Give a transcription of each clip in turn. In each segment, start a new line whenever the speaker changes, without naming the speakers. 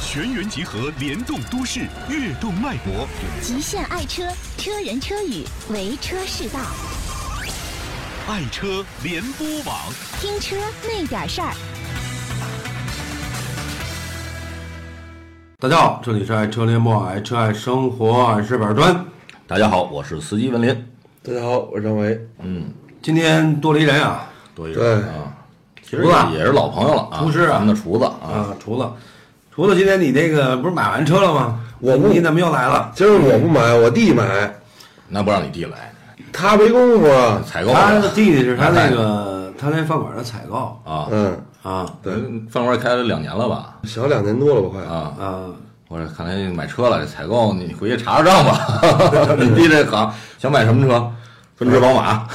全员集合，联动都市，跃动脉搏。
极限爱车，车人车语，为车是道。
爱车联播网，
听车那点事儿。
大家好，这里是爱车联播，爱车爱生活，俺是板砖。
大家好，我是司机文林。
大家好，我是张维。
今天多了一人啊，
多一
对
人啊，其实
厨子啊
也也是老朋友了啊，
厨师啊
咱们的厨子啊，
啊，厨子，厨子，今天你那个不是买完车了吗？
我不
你怎么又来了？
今儿我不买，我弟买，
那不让你弟来，
他没工夫啊。
采购
他的
了
弟弟是他那个他那饭馆的采购
啊，
嗯，
啊
对，
饭馆开了两年了吧？
小两年多了吧，快。
啊，
啊，
我说看来买车了，这采购你回去查查账吧。 你弟这行想买什么车？奔驰、宝马，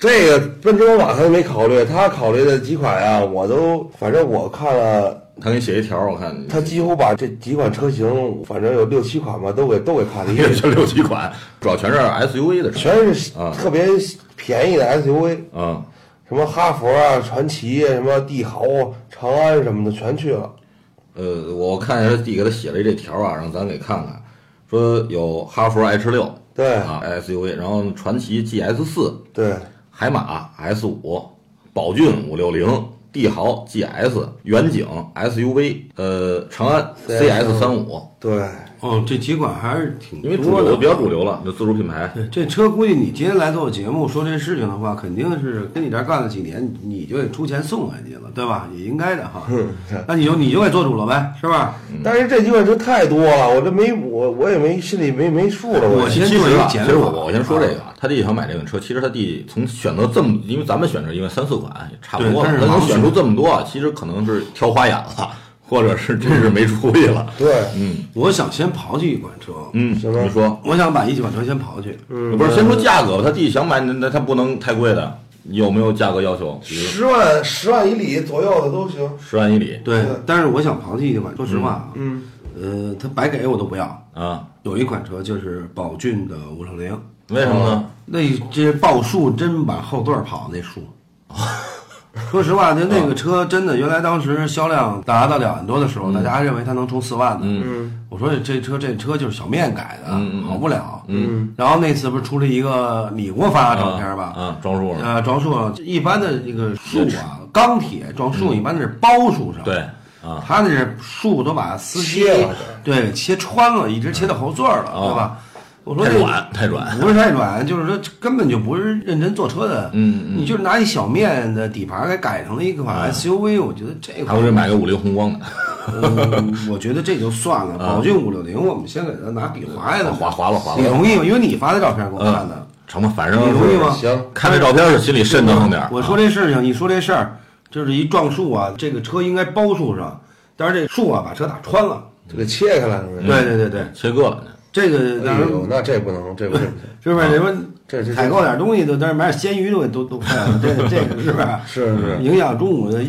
这个奔驰宝马他都没考虑，他考虑的几款啊，我都反正我看了，
他给你写一条，我看你
他几乎把这几款车型，反正有六七款吧，都给都给看了 一
也
遍，
就六七款，主要全是 SUV 的车。
全是
啊
特别便宜的 SUV，
嗯，
什么哈佛啊、传奇啊、什么帝豪、啊、长安什么的全去了。
呃，我看见他弟给他写了这条啊，让咱给看看，说有哈弗 H 六，
对
啊 SUV，然后传祺 GS 四，
对，
海马 S 五，宝骏五六零，帝豪 GS，远景 SUV，呃，长安 CS 三五，
对，
哦，这几款还是挺
因为主
多的，
流比较主。流了，就自主品牌。
对，这车估计你今天来做节目说这事情的话，肯定是跟你这儿干了几年，你就得出钱送给你了，对吧？也应该的 哈。那你就你就给做主了呗，是吧？
但是这几款车太多了，我这没我我也没心里没没数了。
我先
其实啊，
做一
其
减法
实我我先说这个啊，他弟想买这款车，其实他弟从选择这么，因为咱们选择因为三四款也差不多了，
对但
他
是
能
盲
选
选
出这么多啊，其实可能是挑花眼了，或者是真是没出息了。
对，
我想先刨去一款车，
嗯，你说，
我想把一款车先刨去，
不是先说价格吧，他弟想买那那他不能太贵的，你有没有价格要求？比如
十万十万以里左右的都行。
十万以里
对，但是我想刨去一款，说实话啊，嗯，呃，它白给我都不要。
啊？
有一款车就是宝骏的五六零，
为什么呢？
那这报数真把后座跑那数。 说实话，就那个车真的，原来当时销量达到两万多的时
嗯
候，大家还认为它能冲四万呢。嗯，我说这车这车就是小面改的，
嗯
跑不了。嗯，然后那次不是出了一个你给我发的照片吧？
啊，啊装束呢？
呃，装束啊一般的这个树啊，钢铁装束一般的是包树上，
嗯对啊，
他那是树都把司机
切了
对切穿了，一直切到后座了，对吧？我说
啊太
这
软太软
不是太软，就是说这根本就不是认真坐车的，嗯嗯，你就是拿一小面的底盘给改成了一款 SUV，我觉得这
嗯他不是
款，
买个五菱宏光的，
嗯，我觉得这就算了。宝骏五六零，我们先给它拿笔划一下，
嗯划划了划了
你同意吗？因为你发的照片给我看的，
成吧，反正
你同意吗
是看这照片是心里瘆得慌点儿。嗯啊
我说这事情，你说这事儿，就是一撞树啊，这个车应该包树上，但是这树啊把车打穿了。
这个切开来
嗯
是不是？
对对对对，
切割了呢，
这个当
哎
然
呦，那这不能，这不行。
是啊不是？你说
这这
采购点东西都，但是买点鲜鱼都都都快了， 这个这个是不是？
是是
影响中午的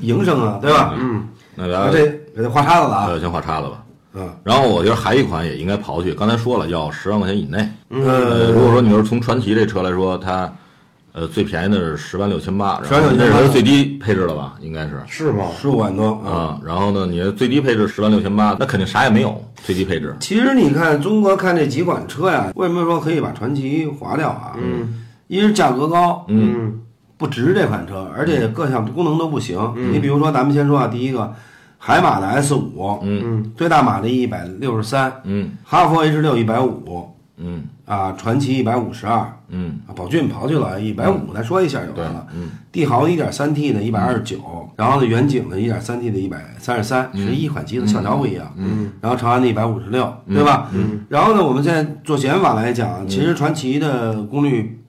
营生啊，对吧？嗯，
那
那
咱
这给它划叉子了啊
呃，先画叉子吧。
嗯，
然后我觉得还一款也应该刨去，刚才说了要十万块钱以内。呃，如果说你要是从传奇这车来说，它呃最便宜的是十万六千八，然后
10万
这
6,800
是它最低配置了吧？应该是
是吗？
十五万多啊。
啊。然后呢，你最低配置十万六千八，那肯定啥也没有，最低配置。
其实你看中国看这几款车呀，为什么说可以把传奇划掉啊？嗯，一是价格高，嗯，不值这款车，而且各项功能都不行。你比如说，咱们先说啊，第一个，海马的 S 五，嗯，最大马力一百六十三，
嗯，
哈弗 H 六一百五，
嗯
啊，传奇一百五十二，
嗯，
啊，宝骏刨去了一百五，咱说一下就完了。嗯，帝豪一点三 T 的一百二十九，然后呢，远景的一点三 T 的一百三十三，是一款机子，翘条不一样。嗯，然后长安的一百五十六，对吧？嗯，然后呢，我们现在做减法来讲，其实传奇的功率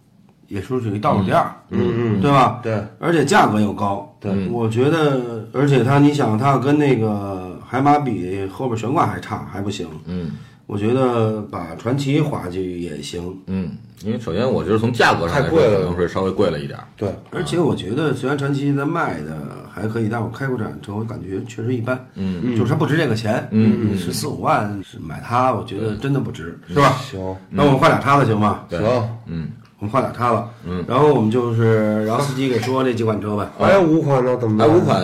也是属于倒数第二，嗯嗯，对吧？
对，
而且价格又高。对，我觉得，而且它，你想，它要跟那个海马比，后边悬挂还差，还不行。嗯。我觉得把传奇划去也行，
嗯，因为首先我觉得从价格上来
太
说，
贵了
可能是稍微贵了一点儿。
对，
而且我觉得，虽然传奇它卖的还可以，但我开过这款车，我感觉确实一般。嗯，就是它不值这个钱。嗯，十四五万是买它，我觉得真的不值，是吧？
行
那我们画俩叉子行吗？
行。
我们画俩叉子。嗯，啊然后我们就是，然后司机给说这几款车呗。
还有五款呢，怎么
还
办？
有五款，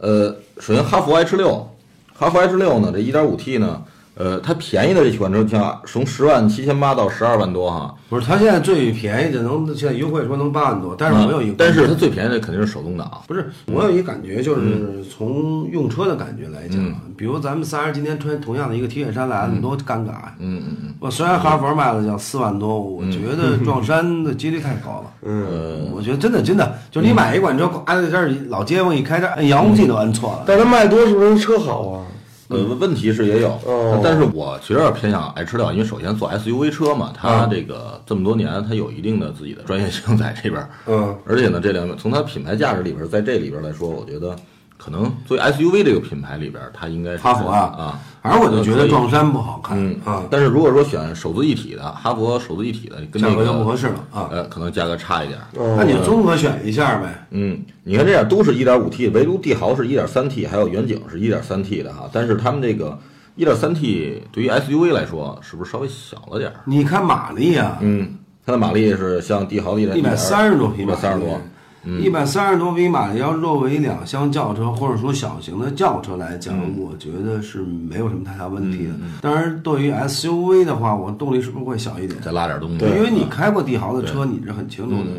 呃，首先哈弗 H 六，哈弗 H 六呢，这 1.5T 呢，呃，它便宜的这款车，像从十万七千八到十二万多哈，
不是，它现在最便宜的能现在优惠说能八万多，但是我有一个，
但是它最便宜的肯定是手动挡，啊
不是我有一感觉，
嗯
就是从用车的感觉来讲，啊比如咱们仨人今天穿同样的一个 T 恤衫来，你多尴尬呀！
嗯嗯嗯，
我虽然哈佛卖了要四万多，我觉得撞衫的几率太高了。嗯，我觉得真的真的，就是
嗯
你买一款车，按在这儿老街坊一开这按遥控器都按错了。
但是它卖多是不是车好啊？
呃，问题是也有，
哦
但是我其实有点偏向 H 六，因为首先做 SUV 车嘛，它
嗯
这个这么多年，它有一定的自己的专业性在这边儿，
嗯，
而且呢，这两个从它品牌价值里边儿，在这里边儿来说，我觉得可能作为 SUV 这个品牌里边儿，它应该是
哈佛
啊
啊，反正我就觉
可
得
以
撞衫不好看
嗯
啊，
但是如果说选手自一体的，哈佛手自一体的跟那
价格
个
就不合适了啊
呃，可能价格差一点儿。
那你就综合选一下呗。
嗯，你看这样都是一点五 T，唯独帝豪是一点三 T，还有远景是一点三 T 的哈。但是他们这个一点三 T 对于 SUV 来说，是不是稍微小了点儿？
你看马力啊，
嗯，它的马力是像帝豪的
一百三十多匹
一
马
百
力，
三十多。嗯
一百三十多匹马力，要作为两厢轿车或者说小型的轿车来讲，
嗯
我觉得是没有什么太大问题的。当然，对于 SUV 的话，我动力是不是会小一点？
再拉点东西，
因为你
啊
开过帝豪的车，你是很清楚的，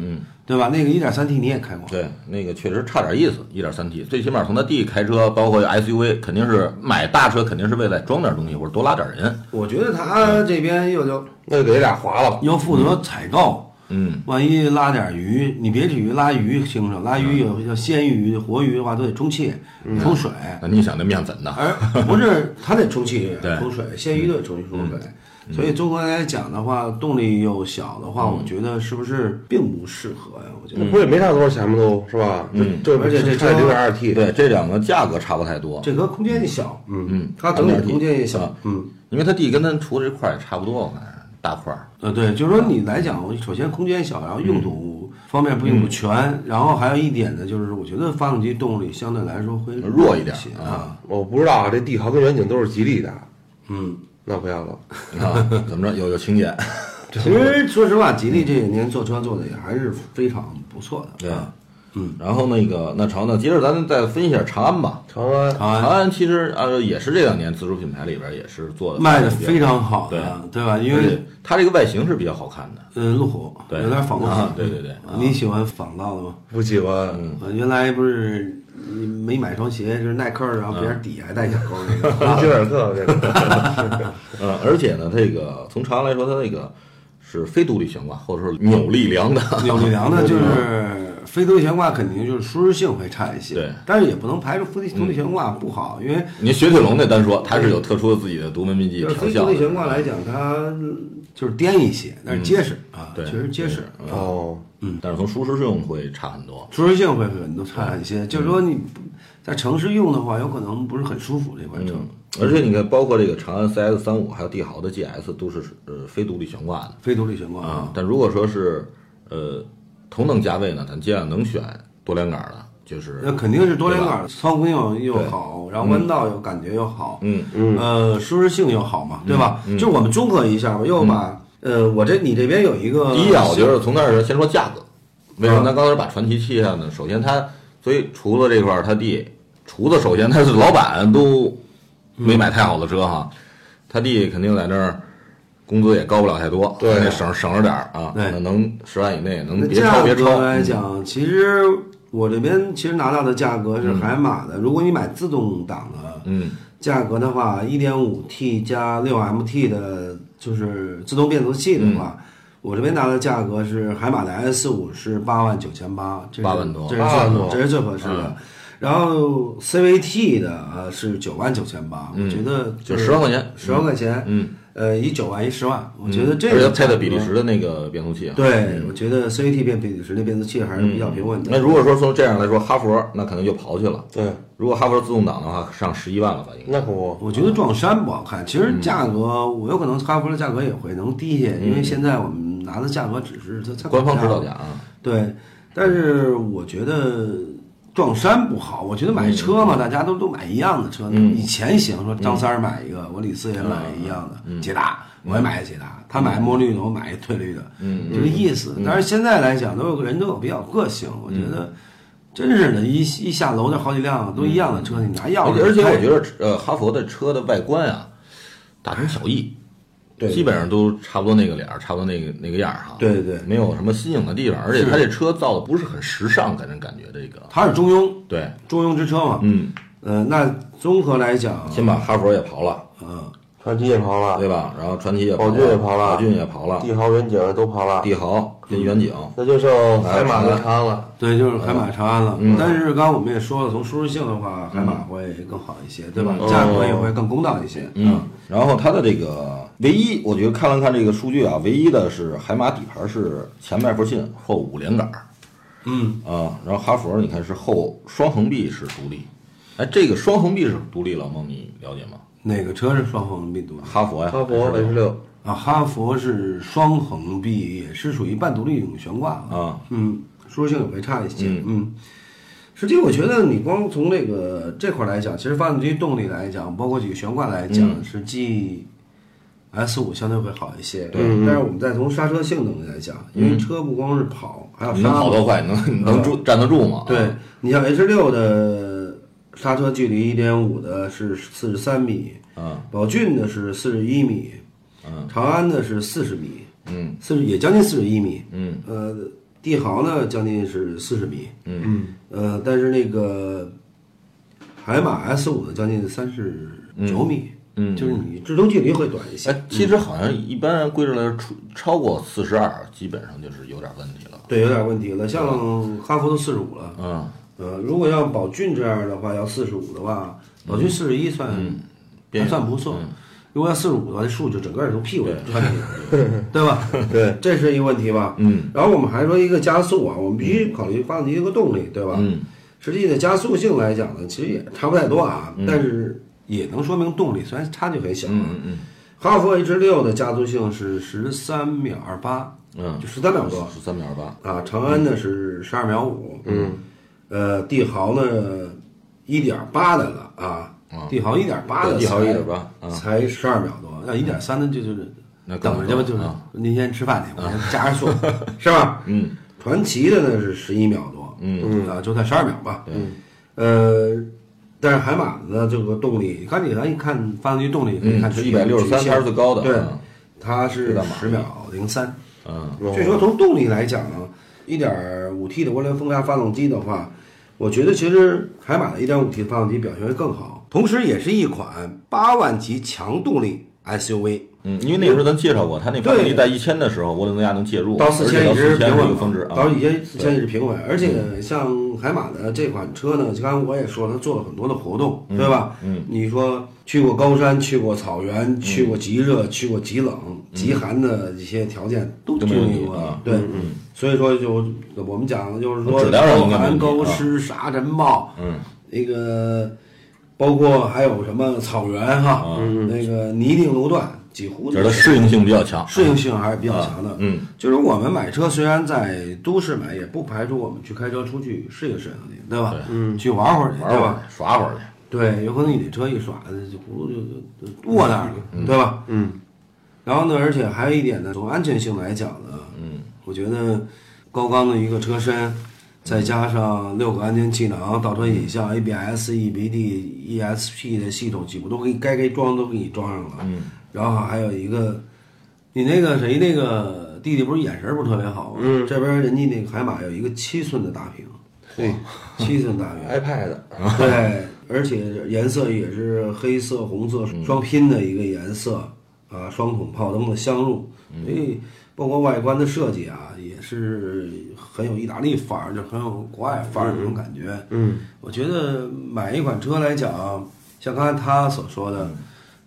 对吧？那个 1.3T 你也开过，
嗯对那个确实差点意思，一点三 T，最起码从他弟开车，包括 SUV，肯定是买大车，肯定是为了装点东西或者多拉点人。
我觉得他这边又就
那就给这俩划了吧。
又负责采购，
嗯，
万一拉点鱼，你别至于拉鱼轻省，
嗯
拉鱼有要鲜鱼、活鱼的话都得充气、冲水，
那你想那面粉呢？
而不是它得充气
对嗯
冲水，鲜鱼得充气冲水。所以综合来讲的话，动力又小的话，我觉得是不是并不适合呀？我觉得
嗯
不也没差多少钱吗？都是吧？嗯，这
而且这
差零点二 T，
对，这两个价格差不太多。
这个空间也小，嗯
嗯
它整体空间也小
啊，
嗯，
因为他弟跟咱除这块儿也差不多，我看是大块儿。
呃，对，就是说你来讲，首先空间小，然后
嗯
用途方面并不全，然后还有一点呢，就是我觉得发动机动力相对来说会
弱一点
些
啊
啊，
我不知道啊，这帝豪跟远景都是吉利的，
嗯。
那不要了。
你看啊怎么着有有 情节，
其实说实话，吉利这些年做车做的也还是非常不错的。
对
啊，
嗯。然后那个那长安呢，接着咱们再分析一下长安吧。
长安
长安
长安其实呃也是这两年自主品牌里边也是做的
卖的非常好的，对吧？因
因为
为
它这个外形是比较好看的，
呃，路虎
对，
有点仿冒
啊
性。
对对对，
你喜欢仿造的吗？
不喜欢，
我原来不是你没买双鞋，就是耐克的，然后别人底还带小勾那 个。
红星尔克这个，
呃，而且呢，这个从长安来说，它那个是非独立悬挂，或者说扭力梁的，
扭力梁呢，就是非独立悬挂，肯定就是舒适性会差一些。
对嗯
但是也不能排除非独立悬挂不好，因为
你雪铁龙那单说，它是有特殊的自己的独门秘籍
就是
调
非
校
独
的嗯
立悬挂来讲，它就是颠一些，但是结实啊，
对
确实结实。
哦，
嗯但是从舒适性会差很多。
舒适性会很多差一
嗯
些，就是说你不在城市用的话，有可能不是很舒服这款车。
嗯而且你看，包括这个长安 CS 三五还有帝豪的 GS 都是呃非独立悬挂的
非独立悬挂
啊。，但如果说是呃同等价位呢，咱尽量能选多连杆的，就是
那肯定是多连
对吧
杆，操控性又好，然后弯道又感觉又好，
嗯
嗯，呃，舒适性又好嘛，对吧？就是我们综合一下吧，又把呃，我这你这边有一个
第嗯一啊，我觉得从那儿先说价格。
嗯
为什么咱刚才把传奇弃下呢？首先它，所以厨子这块儿，他弟厨子首先他是老板都
嗯
没买太好的车哈，他弟肯定在那儿工资也高不了太多，
对啊
那省省着点儿啊，
对
那能十万以内能
那
别超
价
别超嗯
格。来讲，其实我这边其实拿到的价格是海马的，如果你买自动挡的，
嗯，
价格的话，一点五 T 加六 MT 的，就是自动变速器的
嗯
话，我这边拿的价格是海马的 S 五是八万九千八，这是
8万多嗯
这是
8万
最
多
这是最合适的。然后 CVT 的啊是九万九千八，我觉得
嗯就10万块钱
十万块钱，
嗯，
呃，一九万一十万，我觉得这
而
个
且配的比利
价格
时的那个变速器啊。
对，我觉得 CVT 变比利时那变速器还是比较平稳的。
嗯那如果说从这样来说，哈佛那可能就刨去了。
对，
如果哈佛自动挡的话，上十一万了吧？应该。
那可不，
我觉得撞衫不好看，其
嗯
实价格我有可能哈弗的价格也会能低一些，因为现在我们拿的价格只是它参考
官方指导
价
价啊，
对，但是我觉得撞衫不好。我觉得买车
嗯
嘛，大家都都买一样的车。以前行，说张三儿买一个，
嗯
我李四也买一样的捷达，我也买捷达，他买墨绿的，我买一
嗯嗯
翠绿的，就这意思。但是现在来讲，都有个人都有比较个性，我觉得。真是的，一一下楼就好几辆都一样的车，你拿钥匙
而嗯且而且
开
我觉得呃，哈佛的车的外观啊，大同小异，
对
基本上都差不多那个脸儿，差不多那个那个样儿哈。
对对
没有什么新颖的地方，而且它这车造的不是很时尚，给人感觉这个。
它是中庸，
对，
中庸之车嘛。
嗯，
呃，那综合来讲，
先把哈佛也刨了，
嗯，
传奇也刨了，
对吧？然后传奇也
宝
刨
骏也刨了，
啊宝骏也刨了，
帝豪、远景都刨了，
帝豪跟远景，
那就剩海马跟长安哎了。
对，就是海马长安了。
嗯
但是刚刚我们也说了，从舒适性的话，海马会更好一些，对吧？价格也会更公道一些。
哦
啊
嗯，然后它的这个唯一，我觉得看了看这个数据啊，唯一的是海马底盘是前麦弗逊后五连杆儿，
嗯，
啊，然后哈佛你看是后双横臂是独立，哎，这个双横臂是独立，老孟你了解吗？
哪个车是双横臂独立？
哈佛呀，
哈佛
还是
H 六，
啊，哈佛是双横臂，也是属于半独立一种悬挂啊。
啊，
嗯，舒适性也会差一些。
嗯
嗯。实际我觉得你光从这个这块来讲，其实发动机动力来讲，包括几个悬挂来讲，
嗯
实际 S 五相对会好一些。对但是我们再从刹车性能来讲，因为车不光是跑，还有
你
刹
嗯能
嘛
跑多快？你能你能住站得住吗？啊
对你像 H 六的刹车距离一点五的是四十三米，
啊，
宝骏的是四十一米，
嗯，
长安的是四十米，
嗯，
四十也将近四十一米，
嗯，
呃，帝豪呢将近是四十米，
嗯
呃，但是那个海马 S 五呢将近三十九米，
嗯
就是你制动距离会短一些，
哎，其实好像一般人规制来出超过四十二，基本上就是有点问题了。
对，有点问题了，像哈弗都四十五了，
嗯，
呃，如果要宝骏这样的话，要四十五的话，宝
嗯
骏四十一算、
边
还
缘
算不错。如果要四十五的话，这树就整个儿从屁股里穿进去 了，对吧？
对，
这是一个问题吧？
嗯。
然后我们还说一个加速啊，我们必须考虑发动机一个动力，对吧？
嗯。
实际的加速性来讲呢，其实也差不太多啊，但是也能说明动力，虽然差距很小啊。
嗯嗯
哈弗 H 六的加速性是十三秒二八，
嗯
就十三秒多，
嗯，十三秒八，
啊，长安呢是十二秒五，嗯，呃，帝豪呢一点八的了啊，帝豪一点八的才，
帝豪1.8啊
才十二秒多，要一点三的就就是
那更
等着去吧，就是
多啊
您先吃饭去，我先加着 速，是吧？
嗯，
传奇的呢是十一秒多，
嗯
啊，就在十二秒吧，嗯，呃。但是海马呢，这个动力，刚你看一看发动机动力，可以看
嗯
出
是163
它
它是最高的
对
嗯，
它是
知道吗
十秒零三，
嗯
所以说从动力来讲啊，一点五 T 的涡轮增压发动机的话，我觉得其实海马的一点五 T 发动机表现会更好，同时也是一款八万级强动力 SUV。
嗯，因为那时候咱介绍过，它那发动机
对
在一千的时候，涡轮增压能介入，啊
到
四
四千一直平
千是一个
稳
峰值
嘛，
啊，嗯
到一千四千也是平稳，而且像海马的这款车呢，刚才我也说了，它做了很多的活动，对吧？嗯，你说去过高山，去过草
嗯
原，去过极热，去过极冷、极寒的一些条件都
都
经
没问题
历过
啊
了，对，所以说就我们讲就是说
质量上
高
应该没问
寒、
题啊
高湿、沙尘暴，
嗯，
那个包括还有什么草原哈，
嗯
那个泥泞路段，几乎
就是
都
它适应性比较强，
适应性还是比较强的。
嗯，
就是我们买车虽然在都市买，也不排除我们去开车出去适应适应去，对吧？嗯，去玩会儿去，
玩
对
会
吧
儿？耍会儿去。
对，有可能你这车一耍，就轱辘就就就卧那儿了，对吧？嗯。然后呢，而且还有一点呢，从安全性来讲呢，嗯，我觉得高刚的一个车身，再加上六个安全气囊、倒车影像、ABS、EBD、ESP 的系统，几乎都给你该给装都给你装上了。嗯。然后还有一个，你那个谁那个弟弟不是眼神不是特别好吗？嗯。这边人家那个海马有一个七寸的大屏，对，七寸大屏。
iPad，
对，而且颜色也是黑色、红色双拼的一个颜色啊，双筒炮灯的镶入，
嗯
所以包括外观的设计啊，也是很有意大利范儿，就很有国外范儿那种感觉。嗯，我觉得买一款车来讲，像刚才他所说的，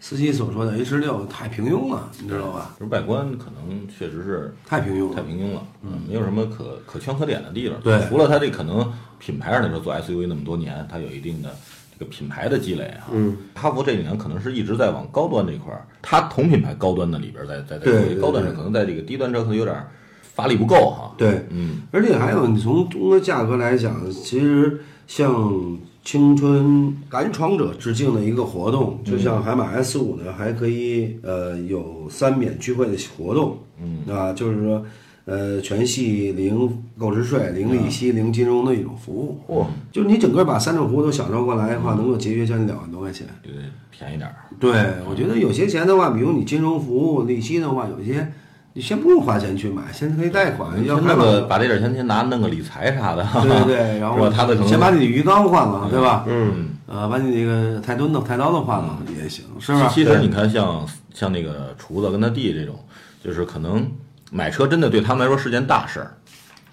司机所说的 H 六太平庸了，你知道吧？
就是外观可能确实是
太平庸了，
太平庸了，嗯，没有什么可可圈可点的地方。
对
除了它这可能品牌上来说，做 SUV 那么多年，它有一定的这个品牌的积累哈。嗯，哈弗这几年可能是一直在往高端这块儿，它同品牌高端的里边儿在在在
对
做一个高端车，
对对
可能在这个低端车可能有点儿发力不够哈。，
对，
嗯，
而且还有，你从中国价格来讲，其实向青春敢闯者致敬的一个活动，就像海马 S 五呢，还可以呃有三免聚会的活动，嗯啊，就是说呃，全系零购置税、零利息、零金融的一种服务。
嚯
就是你整个把三种服务都享受过来的话，能够节约将近两万多块钱。
就得便宜点儿。
对，我觉得有些钱的话，比如你金融服务、利息的话，有些你先不用花钱去买，先可以贷款。要
先
开
弄个
了，
把这点钱先拿弄个理财啥的，
对对 对，然
是
后
吧他的可能
先把你的鱼缸换了，对吧？
嗯，
呃，把你那个菜墩子、菜刀子换了也行，是
其
吧？
其实
对
你看像，像那个厨子跟他弟这种，就是可能买车真的对他们来说是件大事儿，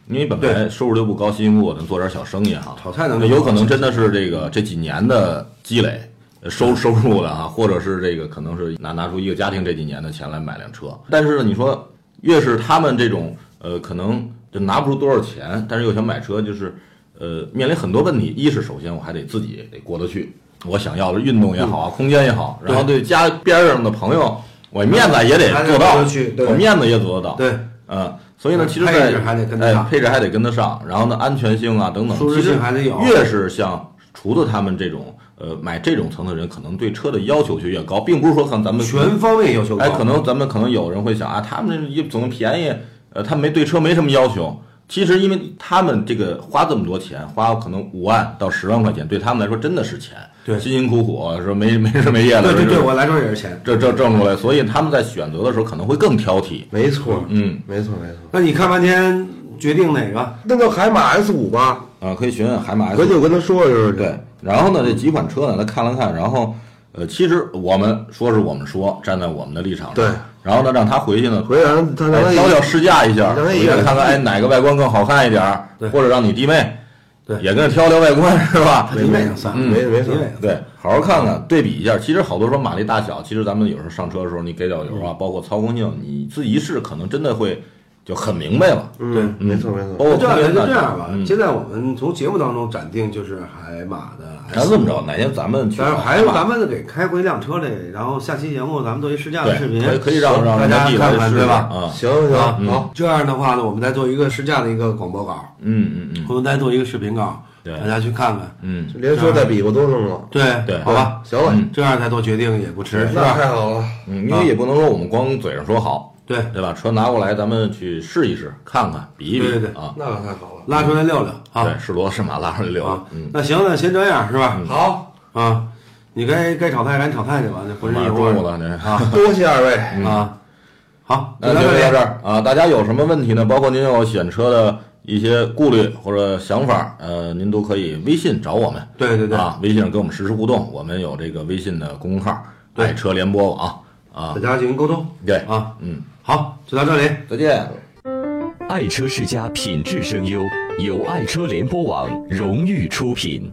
因为本来收入就不高，辛辛苦苦能做点小生意哈，
炒菜能
有可能真的是这个这几年的积累。呃收收入了哈，或者是这个可能是拿拿出一个家庭这几年的钱来买辆车，但是呢，你说越是他们这种呃，可能就拿不出多少钱，但是又想买车，就是呃，面临很多问题。一是首先我还得自己得过得去，我想要的运动也
嗯
好啊，空间也好，然后对家边上的朋友，我面子也得
还得
做到
过得去，对
我面子也做得到，
对，
嗯，所以呢，其实
配
在
置还得跟得上
哎配置还得跟得上，然后呢，安全性啊等等，
舒适
其实
性还得有
越是像厨子他们这种呃买这种层的人，可能对车的要求就越高，并不是说可能咱们
全方位要求高。
哎，可能咱们可能有人会想啊，他们也总便宜，呃，他们没对车没什么要求。其实，因为他们这个花这么多钱，花可能五万到十万块钱，对他们来说真的是钱，
对
辛辛苦苦说没没日没夜的，
对对
说
对，
这
我来说也是钱。
这这挣出来，所以他们在选择的时候可能会更挑剔。
没错，
嗯，
没错，没错。
那你看半天决定哪个？
那叫海马 S 五吧，
啊，可以询问海马 S
回去我跟他说就是
对，然后呢，这几款车呢，他看了看，然后，呃，其实我们说是我们说，站在我们的立场上，
对，
然后呢，让他回去呢，
回去让他让
哎
他
挑挑试驾一下，
让他
回
也
去看看，哎，哪个外观更好看一点儿，或者让你弟妹，
对
也跟着挑挑外观是吧？
你哪个算？
嗯
没没错
你哪个
对，好好看看，对比一下。其实好多说马力大小，其实咱们有时候上车的时候，你给点油啊，
嗯
包括操控性，你自己一试，可能真的会就很明白了。
嗯，没错没错。
包括
那这样
空间
就
大
这
小
样吧，
嗯
现在我们从节目当中暂定就是海马的 S。
咱这么着，哪天咱们去
但是
找
还
海
是
马
咱们给开回一辆车来，然后下期节目咱们做一试驾的
对
视频，
可以可以让让
大
让
家
弟弟
看
来
看，
试
对
试
吧？
啊，
行行好，
这样的话呢，我们再做一个试驾的一个广播稿，
嗯嗯嗯，
我们再做一个视频稿，
对
大家去看看。
嗯，
连说带比划都弄了，
对
对
好吧，嗯
行了，
这样再做决定也不迟，是
那太
吧？
好了。
嗯，因为也不能说我们光嘴上说好，
对，
对吧？车拿过来，咱们去试一试，看看，比一比
对对对
啊。
那可太好了。
拉出来溜溜啊
对，是骡子是马，拉出来溜
啊
达。嗯，！
那行，那先这样是吧？
好，
啊，你该该炒菜赶紧炒菜去吧，这浑身
马
油
上中午
味儿
了，这
啊
多谢二位。
啊！好，
那
就
就
到
到
这
这
里。
儿啊！大家有什么问题呢？包括您有选车的一些顾虑或者想法，呃，您都可以微信找我们。
对对对，
啊，微信上跟我们实时互动，我们有这个微信的公众号“
对
爱车联播网”啊
大。家进行沟通。
对
啊，
嗯，
好，就到这里。
再见。
爱车世家品质声优，由爱车联播网荣誉出品。